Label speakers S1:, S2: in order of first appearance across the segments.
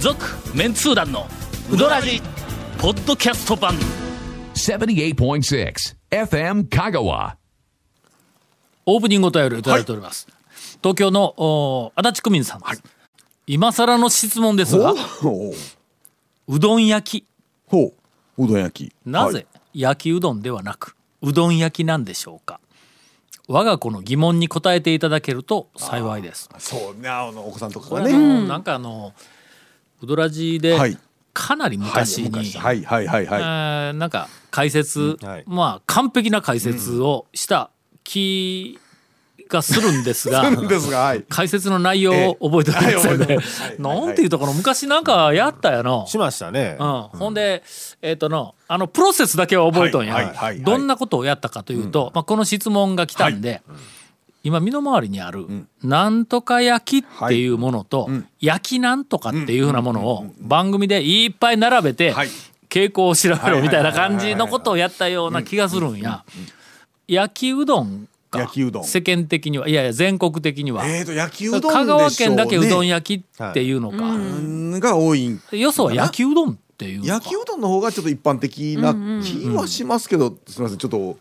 S1: 続メンツー団のウドラジポッドキャスト版
S2: 78.6 FM Kagawa.
S3: オープニングお便りをいただいております、東京のお足立区民さんです、今更の質問ですが
S4: ほ
S3: うどん焼き
S4: うほううどん焼き
S3: なぜ、
S4: はい
S3: 焼きうどんではなくうどん焼きなんでしょうか我が子の疑問に答えていただけると幸いです
S4: そうなあのお子さんとか
S3: こ
S4: が
S3: れ
S4: ね
S3: あのなんかあのウドラジで
S4: はい
S3: かなり昔に、
S4: はいはいはいはい、
S3: えーなんか解説、
S5: はい
S3: まあ完璧な解説をした気がするんですが
S4: ですがはい
S3: 解説の内容を覚えておりますよ
S4: え
S3: ね
S4: えはい覚えてますは。い
S3: なんていうところ昔なんかやったやの。
S5: しましたね。
S3: うん、ほんで、えっとのあのプロセスだけは覚えとんや、
S4: はいはいはいはい
S3: どんなことをやったかというと、まあ、この質問が来たんで、今身の回りにある、なんとか焼きっていうものと、焼きなんとかっていうふうなものを番組でいっぱい並べて、
S4: はい
S3: 傾向を調べろみたいな感じのことをやったような気がするんや焼きうどんか
S4: 焼きうどん
S3: 世間的にはいやいや全国的には、
S4: えーと焼きうどんでしょう、ね、
S3: 香川県だけうどん
S4: 焼
S3: 焼きっていうのか、
S4: きが多いん
S3: よそは焼きうどんっていうのか
S4: 焼きうどんの方がちょっと一般的な気はしますけど、すみませんちょっと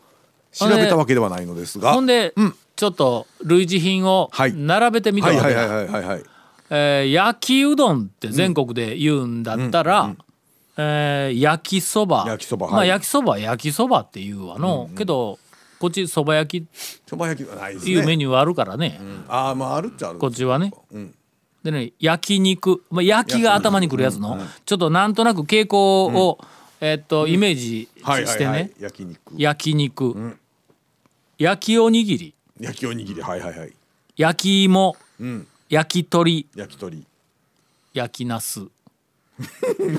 S4: 調べたわけではないのですが
S3: ほんで、ちょっと類似品を
S4: はい
S3: 並べてみた
S4: は
S3: わ
S4: い
S3: け
S4: はいはい
S3: だ
S4: はいはいはい
S3: えー焼きうどんって全国で言うんだったら、えー焼きそば
S4: 焼きそば
S3: まあ
S4: はい
S3: 焼きそばは焼きそばっていうわの、けどこっちそば焼きっ
S4: そば焼きはないです
S3: て
S4: ね
S3: いうメニューはあるからね、
S4: ああまああるっちゃある
S3: こっちはね、でね焼肉、まあ、焼きが頭にくるやつの、ちょっとなんとなく傾向を、えーっとイメージ
S4: はい
S3: し
S4: は
S3: て
S4: い
S3: ね、
S4: はい焼き肉
S3: 焼肉、焼きおにぎり
S4: 焼きおにぎりはいはいはい
S3: 焼き芋、焼き鳥
S4: 焼き鳥
S3: 焼きなす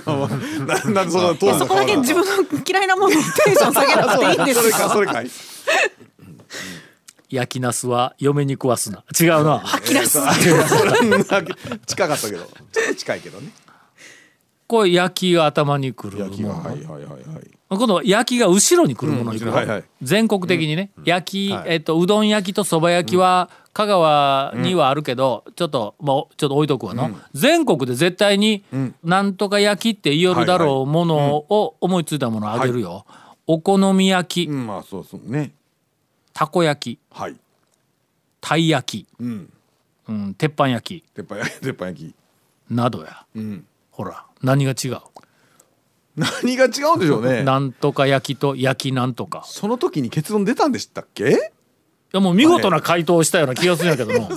S4: ななんでそんな通るの
S6: そこだ け自分の嫌いなものにテンション下げなくていいんです
S4: それ
S6: よ
S4: かそれかい
S3: 焼きなすは嫁に食わすな違う な
S6: 吐き出す
S4: 近かったけどちょっと近いけどね
S3: これ焼きが頭にくる
S4: 焼き
S3: もの、
S4: がはいはいはいはい
S3: 今度は焼きが後ろにくるものにくる、
S4: うんはいはい
S3: 全国的にね、焼き、
S5: はい
S3: えっとうどん焼きとそば焼きは香川にはあるけど、ちょっともうちょっと置いとくわの、全国で絶対になんとか焼きって言いよるだろうものを思いついたものをあげるよ、お好み焼き、
S4: うんまあそうそうね
S3: たこ焼き
S4: はい
S3: たい焼き、
S4: ん
S3: うん、鉄板焼き
S4: 鉄板焼き 鉄板焼き
S3: などや、ほら何が違う、
S4: 何が違うんでしょうね
S3: なんとか焼きと焼きなんとか
S4: その時に結論出たんでしたっけ
S3: いやもう見事な回答をしたような気がするんやけど も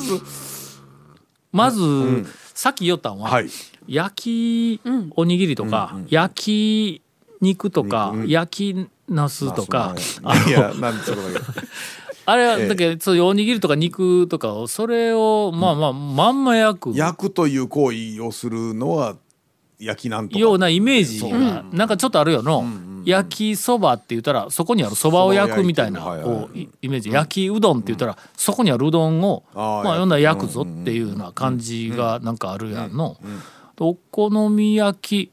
S3: まず、さっき言ったんは、
S4: はい
S3: 焼きおにぎりとか、焼き肉とか、焼きナスとか、
S4: まあそうねいやなんでそこだけ
S3: あれはだけどそういうおにぎりとか肉とかをそれをまあまあまんま焼く
S4: 焼くという行為をするのは焼きなんとか
S3: ようなイメージがなんかちょっとあるよの、焼きそばって言ったらそこにあるそばを焼くみたいな
S4: そばを焼いてるはいは
S3: こ
S4: い
S3: うイイメージ、焼きうどんって言ったらそこにあるうどんを、
S4: あー
S3: まあ
S4: 焼く
S3: いろんな焼くぞっていうような感じがなんかあるやんの、お好み焼き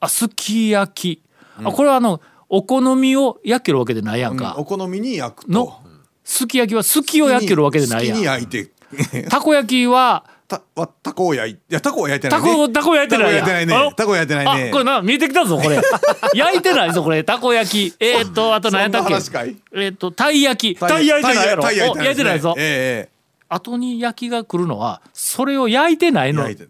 S3: あすき焼き、あこれはあのお好みを焼けるわけでないやん
S4: うん
S3: か、
S4: お好みに焼くと
S3: のすき焼きはすきを焼けるわけでない
S4: 好きに
S3: やん
S4: 焼いて
S3: たこ焼きは
S4: たわたこを焼いいやたこは焼いてな
S3: た
S4: いね
S3: こたこ焼いてないやんあ
S4: ねたこ焼いてないね
S3: あこれな見えてきたぞ これ焼いてないぞこれたこ焼きえー、っとあと何やったっけ
S4: そんな話かい
S3: えー、っとたい焼きたい焼いてないやろ
S4: たい焼
S3: お焼いてないぞ、
S4: え
S3: 後に焼きが来るのはそれを焼いてない
S4: えええ
S3: の
S4: 焼いて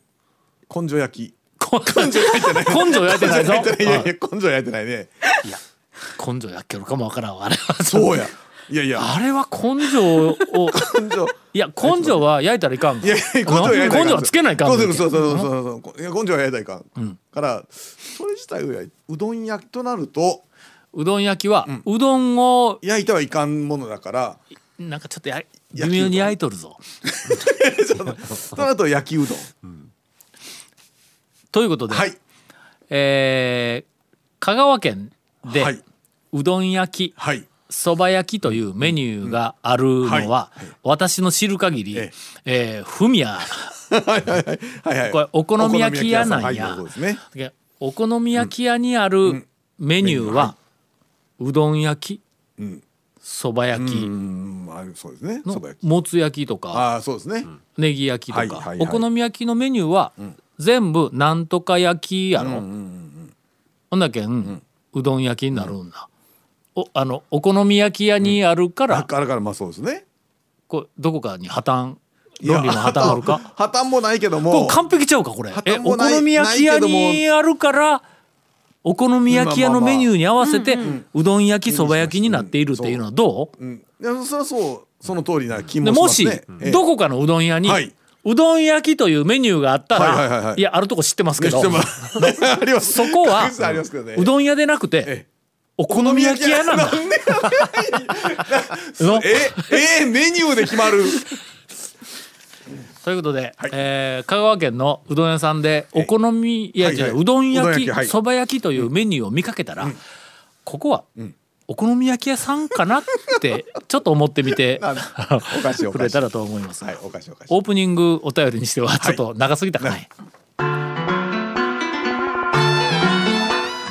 S4: 根性焼き
S3: こ根性焼いてないてないぞ
S4: 焼 いてないいやいや根性焼いてないね
S3: 根性焼けるかもわからんわあれは
S4: そうやいやいや
S3: あれは根性を
S4: 根性
S3: いや根性は焼いたらいかん
S4: いやいや根性は焼いたらいかん
S3: 根性はつけないかん
S4: 根性そうそうそうそうそういや根性は焼いたらいかん、からそれ自体を焼いうどん焼きとなると
S3: うどん焼きは、うどんを
S4: 焼いてはいかんものだから
S3: なんかちょっとや微
S4: 焼きうどん
S3: 妙に焼いとるぞ
S4: となると焼きうどん
S3: ということで、
S4: はい
S3: えー香川県で、
S4: はいう
S3: どん焼き、
S4: はい
S3: そば焼きというメニューがあるのは、
S4: うんはい
S3: 私の知る限り、
S4: え
S3: えーふみや
S4: はいはい
S3: これお好み焼き屋なん
S4: お
S3: や
S4: 好み焼き屋さんはいそうですね
S3: お好み焼き屋にあるメニューは、うどん焼きそば、焼き、
S4: うんまあそうですねそば
S3: の
S4: 焼き
S3: もつ焼きとか
S4: ああそうですね、
S3: ネギ焼きとか、
S4: はいはいは
S3: お
S4: い
S3: 好み焼きのメニューは、全部なんとか焼きやろ、ほんだけん、うどん焼きになるんだ、おあのお好み焼き屋にあるから、
S4: だからからまあそうですね
S3: こうどこかに破綻
S4: いや
S3: 論理の破綻あるか
S4: 破綻もないけど
S3: こ
S4: も
S3: う完璧ちゃうかこれ
S4: 破
S3: え
S4: 綻
S3: お
S4: もない
S3: 好み焼き屋にあるからお好み焼き屋のメニューに合わせてうどん焼きそば焼きになっているっていうのはどう
S4: うん、いやそりゃそうその通りな気
S3: で
S4: も
S3: も
S4: し
S3: し
S4: ますねええ
S3: どこかのうどん屋に
S4: はいう
S3: どん焼きというメニューがあった
S4: はいはいはい
S3: ら
S4: はい
S3: いやあるとこ知ってますけど
S4: ちょっとま ああります
S3: そこは
S4: 確実にありますけどね
S3: うどん屋でなく
S4: え
S3: てお好み焼き屋なんだ
S4: んで
S3: の
S4: ええメニューで決まる
S3: ということで、えー香川県のうどん屋さんでお好み
S4: は
S3: 焼
S4: い
S3: き、
S4: はいう
S3: どん焼
S4: うどん焼きはい
S3: きそば、焼きというメニューを見かけたら、ここはお好み焼き屋さんかな ってちょっと思ってみて
S4: なんおかしいおかしい
S3: 触れたらと思います、
S4: はいおかしいおかしい
S3: オープニングお便りにしてはちょっと長すぎたかね、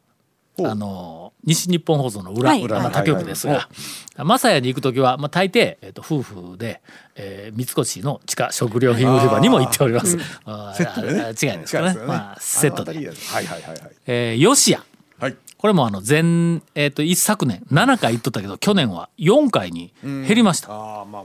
S4: ほう
S3: あのー西日本放送の裏、
S6: はい
S3: まあ、他局ですが、マサヤに行く時は、まあ、大抵、えっと夫婦で、えー、三越の地下食料品売り場にも行っております。あー
S4: セットでね
S3: あー違いですか
S4: 近
S3: ね
S4: いですよね
S3: まあ、セット
S4: あの辺り
S3: で。
S4: やはいはいはいはい
S3: えー、よしや
S4: はい
S3: これもあの前、えっと一昨年7回行っとったけど去年は4回に減りました、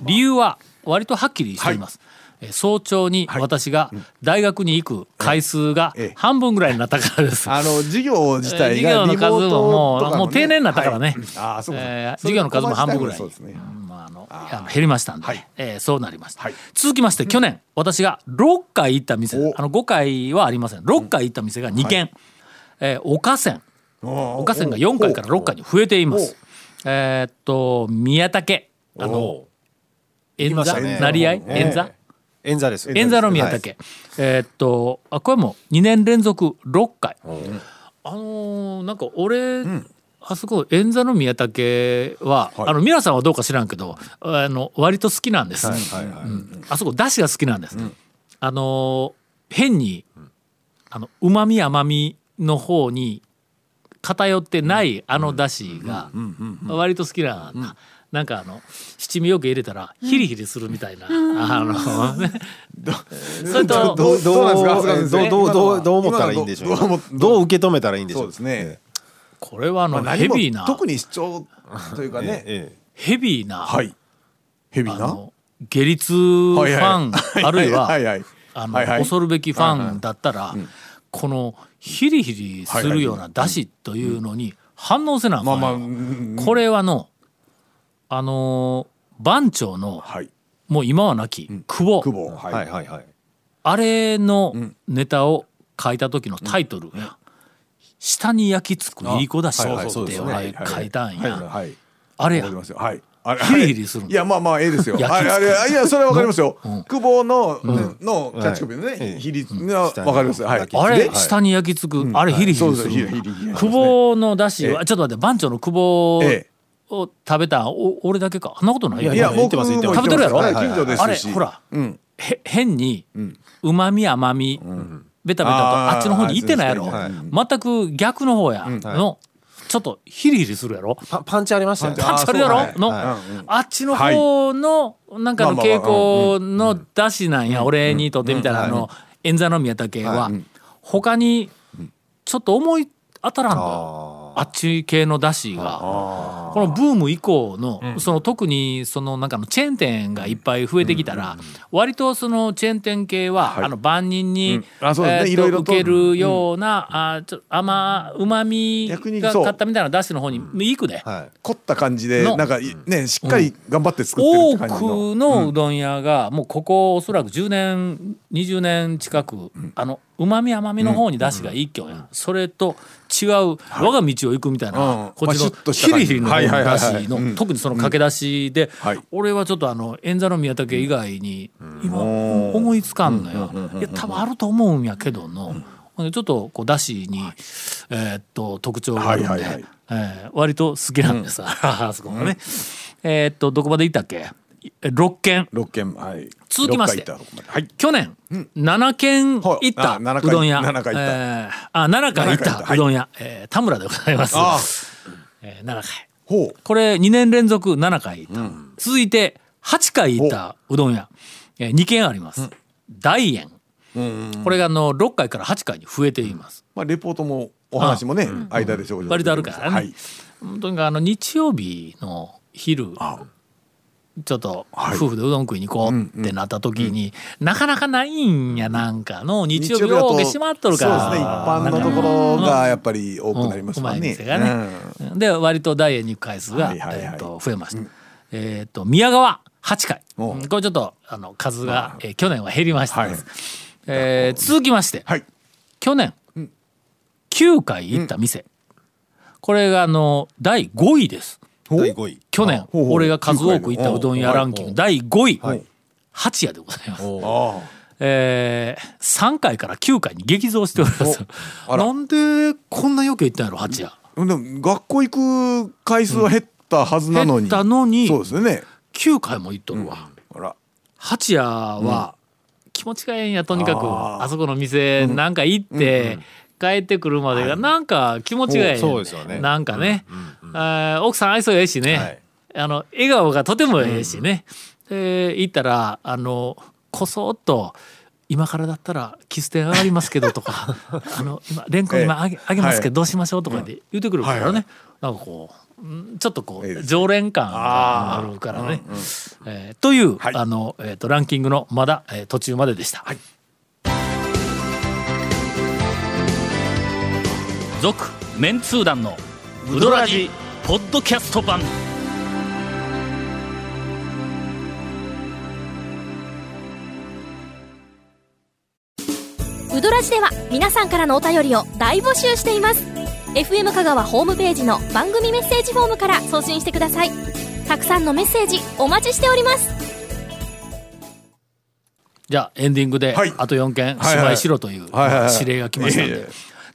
S3: 理由は割とはっきりしています、えー早朝に私が大学に行く回数が
S4: ええ
S3: 半分ぐらいになったからです、
S4: あの授業自体
S3: えー
S4: が
S3: 授業の
S4: リモー
S3: 数
S4: ト
S3: も
S4: とか
S3: もうもう定年になったからね
S4: はいああそうか
S3: えー
S4: そう
S3: 授業の数も半分ぐらい
S4: そうですね
S3: うんまああのあの減りましたんで、
S4: はい
S3: えーそうなりました、
S4: はい
S3: 続きまして去年私が6回行った店
S4: お
S3: あの5回はありません6回行った店が2軒、えー岡線
S4: お
S3: 岡線が4回から6回に増えていますえーっと宮武あの円
S7: まし
S3: 座
S7: たね
S3: 成合円座
S7: 演座です。
S3: 円座の宮武、えーっとあこれも2年連続6回あのーなんか俺、あそこ円座の宮武は、あの皆さんはどうか知らんけどあの割と好きなんです、うんあそこ出汁が好きなんです、あのー変にあのうまみ甘みの方に偏ってないあの出汁が割と好きなんだなんかあの七味よく入れたらヒリヒリするみたいな、あのね それと
S7: どうどう
S4: どうなん
S7: ど
S4: ですか
S7: うどうどうどう思ったらいいんでしょう。
S4: 今のはどうどう思っ
S7: どう受け止めたらいいんでしょ
S4: そう
S7: う
S4: で。すね
S3: これはあの
S4: まあ
S3: ヘ
S4: 何も
S3: ビーな
S4: 特に主張というか
S7: え
S4: ね
S7: え
S3: ヘビーな、
S4: はいヘビ
S3: あ
S4: ーな
S3: の下痢痛フ
S4: はいはい
S3: ァンあるいは
S4: はいはい
S3: あ
S4: はいは
S3: の
S4: い
S3: 恐るべきファンだったらこのヒリヒリするような出汁というのに反応せなあかん
S4: まあ
S3: や
S4: まあうん
S3: んこれはのあのー番長の
S4: はい
S3: もう今はなき久
S4: 久
S3: 保
S4: 保
S7: はいはいはい。
S3: あれのネタを書いた時のタイトルや下に焼き付くいい子だし
S4: あはいはい
S3: って
S4: そうですね
S3: 俺書いたん
S4: はい
S3: や
S4: はい
S3: あれや
S4: わかりますよ。はい。あれ
S3: ヒリヒリするの
S4: いやまあまあええですよ。
S3: 焼き
S4: あれあれいやそれはわかりますよ
S3: うん。
S4: 久保ののキャッチコピーの
S7: は
S4: ね
S7: い
S4: 比率がわかります。はい。
S7: 下
S3: あ
S4: で
S3: れ下に焼き付くあれヒリヒ
S4: そう
S3: リ
S4: ですす
S3: る
S4: ヒリヒリヒリヒリ。
S3: 久保のだしはちょっと待って番長の久保
S4: ええ
S3: を食べたんお俺だけかそんなことないよ
S4: いや
S7: 言っ
S4: 僕
S7: て
S4: も
S7: ます言ってます
S3: 食べてるやろ
S4: はい近所で
S3: あ
S4: す
S3: れ
S4: し。
S3: ほら、
S4: うん。
S3: へ変にうまみ甘み、ベタベタと
S4: あー
S3: あっちの方に行ってないやろ、
S4: はい
S3: 全く逆の方やの、ちょっとヒリヒリするやろ
S7: パパンチありましたよね。
S3: パンチあるやろ
S4: あーそう
S3: の、
S7: は
S3: あっちの方のなんかの
S4: まあまあ
S3: 傾向の出汁なんや、俺にとってみたらあの円座の宮武は、他にちょっと思い当たらんのよあっち系の出汁がこのブーム以降の、その特にそのなんかのチェーン店がいっぱい増えてきたら、割とそのチェーン店系は、あの万人に、
S4: うんあそうですね
S3: ーと
S4: いろいろと
S3: 受けるような、あちょっと甘うまみ
S4: 逆に
S3: が
S4: そう
S3: かったみたいな出汁の方に行くね。
S7: はい。
S4: 凝った感じで
S3: の
S4: なんかいねしっかり頑張って作ってる
S3: 多
S4: って感じの。
S3: くのうどん屋がもうここおそらく10年20年近くあのうまみ甘みの方に出汁が一挙やんそれと違う我が道を行くみたい
S4: うん
S3: なこっちの
S4: まあシュッとし
S3: ヒ
S4: た感
S3: リ
S4: じ
S3: ヒリの方の出汁
S4: はいはいはいは
S3: の
S4: い
S3: 特にその駆け出しで
S4: はい
S3: 俺はちょっとあの円座の宮武以外に今思いつかんのよいや多分あると思うんやけどのほんでちょっとこう出汁にえーっと特徴があるん
S4: はいはいは
S3: で
S4: い
S3: えー割と好きなんです、あそこもね、えーっとどこまで行ったっけ6件
S4: 六軒はい。
S3: 続きまして
S4: 六回行ったはい。
S3: 去年、7軒行った
S4: はいあ7
S3: う
S4: 回
S3: どん屋
S4: 7回行った
S3: えーあ7回行っ
S4: 7回行ったた
S3: うどん屋、えー田村でございます
S4: ああ
S3: えー7回
S4: ほ
S3: これ2年連続7回行った、続いて8回行ったうどん屋、えー、2軒あります、大円これがあの6回から8回に増えています、
S4: まあレポートもお話もね間でしょう。
S3: 割とあるからね、
S4: はい。
S3: とにかくあの日曜日の昼ちょっと
S4: はい
S3: 夫婦でうどん食いに行こうってなった時に、なかなかないんやなんかの日曜日
S4: だ
S3: を閉まっとるから
S4: そうですね一般のところがやっぱり多くなりますから
S3: うんうまい
S4: ね
S3: 店がね、で割とダイエーに行く回数が、
S4: はいはいはい
S3: えー、と増えました、えっ、と宮川8回
S4: お
S3: う
S4: うん
S3: これちょっとあの数が、えー去年は減りました、
S4: はい
S3: えー続きまして、
S4: はい
S3: 去年、9回行った店、これがあの第5位です
S7: 第五位。
S3: 去年
S4: ほうほう
S3: 俺が数多く行ったうどん屋ランキング第5位、
S7: はい
S3: 八谷でございます
S4: うんあ
S3: えー、3回から9回に激増しております
S4: おあら
S3: なんでこんなよく行ったんやろ八谷
S4: あでも学校行く回数は減ったはずなのに、
S3: 減ったのに
S4: そうですよね
S3: 9回も行っとるわ、
S4: あら
S3: 八谷は気持ちがええんやとにかくあそこの店なんか行って、帰ってくるまでがなんか気持ちがいい、
S7: そうですよね
S3: なんかね、あー奥さん愛想ええしね、
S7: はい
S3: あの笑顔がとてもええしね、で行ったらあのこそっと「今からだったらキス点上がりますけど」と か「あの今レンコン今あげ,、あげますけどどうしましょう」とかで言ってくるからね、なんかこううんちょっとこう、
S4: いいですね
S3: 常連感があるからね。えーという、あのえー、とランキングのまだ、えー途中まででした。
S1: 続メンツー団のウドラジポッドキャスト版
S8: ウドラジでは皆さんからのお便りを大募集しています FM 香川ホームページの番組メッセージフォームから送信してくださいたくさんのメッセージお待ちしております
S3: じゃあエンディングで、
S4: はい
S3: あと4件芝居しろという
S4: はいはいはい
S3: 指令が来ましたんで、
S4: いえいえ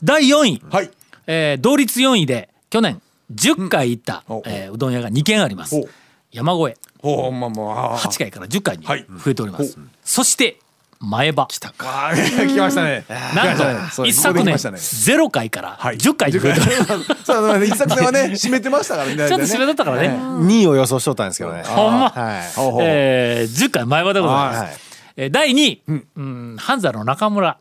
S3: 第4位、
S4: はい
S3: えー同率4位で去年10回行った、
S4: うんお
S3: えーうどん屋が2軒あります
S4: お
S3: 山越え
S4: ほうまあまあ
S3: 8回から10回に
S4: はい
S3: 増えております、そして前歯
S4: あー来ましたね
S3: なん
S4: そ
S3: と
S4: う
S3: 一
S4: こ
S3: 昨
S4: こで来
S3: 年
S4: ましたね
S3: 0回から
S4: はい
S3: 10回に増えております、
S4: そうあの一作目はね締めてましたからね
S3: ちょっと締めだったからね、
S7: 2位を予想しとったんですけどね
S3: ほんま、
S7: はい
S4: ほうほう
S3: えー10回前歯でございます、
S7: はい
S3: えー第2位、うんハンザの中村
S4: あ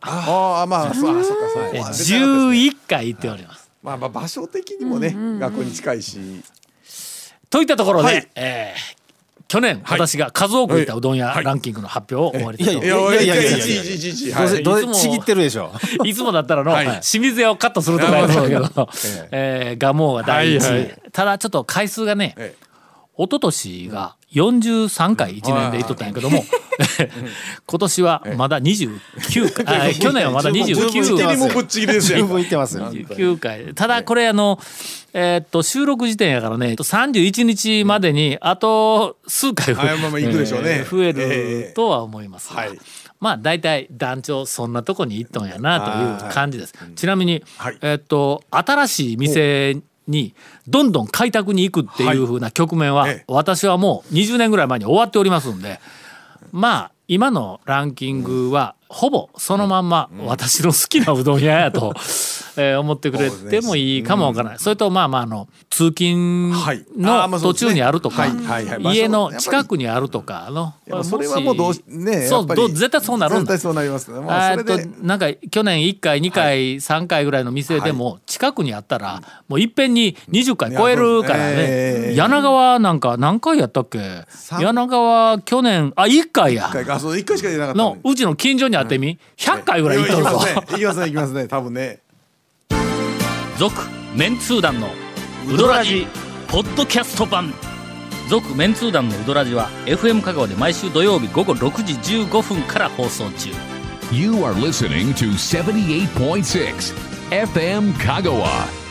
S4: あまあそうあそっかそう
S3: えー
S4: か
S3: 11回行っております
S4: まあまあ場所的にもね学校に近いし
S3: といったところで、
S4: はい
S3: えー去年、私が数多くいたうどん屋ランキングの発表を終わりたいと思います、
S7: いやいやいやいやいや
S4: いちいちいちいち
S7: どう
S4: は
S7: せ
S4: い
S7: どう
S3: いつ
S7: せ
S3: も
S7: ちぎってるでしょ
S3: いつもだったらの、
S4: はい
S3: 清水屋をカットするとかやったんだけど、 えー、ガモーが第一位、
S4: はいはい
S3: ただちょっと回数がね、
S4: え
S3: 一昨年が43回1年で行っとったんやけども、 今年はまだ29回、あ去年はまだ
S4: ぶっちぎ
S3: 29
S4: り
S3: 回。
S4: もぶっちぎりです
S7: 十
S4: よ
S7: 分いってますよ
S3: 29回ただこれあの、えーっと収録時点やからねえっと31日までにあと数回増え
S4: はいまあまあいくでしょうね
S3: えー増え
S4: え
S3: る
S4: え
S3: とは思いますが、
S4: はい
S3: まあ大体団長そんなとこに行っとんやなという感じです。ちなみに、
S4: はい
S3: えーっと新しい店にどんどん開拓に行くっていう風な局面は
S4: ええ
S3: 私はもう20年ぐらい前に終わっておりますんでまあ今のランキングはほぼそのまんま私の好きなうどん屋や と、えー思ってくれてもいいかもわからないそれとまあまああの通勤
S4: はいあーま
S3: の
S4: あそう
S3: 途
S4: で
S3: 中
S4: すね
S3: にあるとか
S4: はいはいはい場所
S3: 家の近くにあるとかの
S4: やっぱそれはもうどうしね
S3: そ
S4: や
S3: う
S4: っぱり
S3: どう絶対そうなるん
S4: 絶
S3: だ
S4: 対そうなりますねま
S3: え
S4: あそれ
S3: っと
S4: で
S3: なんか去年1回2回3回ぐらいの店でも近くにあったらもういっぺんに20回超えるから
S4: いやそうですねえ
S3: ね
S4: え
S3: 柳川なんか何回やったっけ柳川去年あ1回や
S4: 一回かそう一回しか出なかった
S3: のうちの近所にあってみ100回ぐらい行っとるぞ
S4: いや行きますね行きますね行きますね多分ね
S1: 続メンツー団のウドラジポッドキャスト版続メンツー団のウドラジは FM 香川で毎週土曜日午後6時15分から放送中
S2: You are listening to 78.6 FM Kagawa.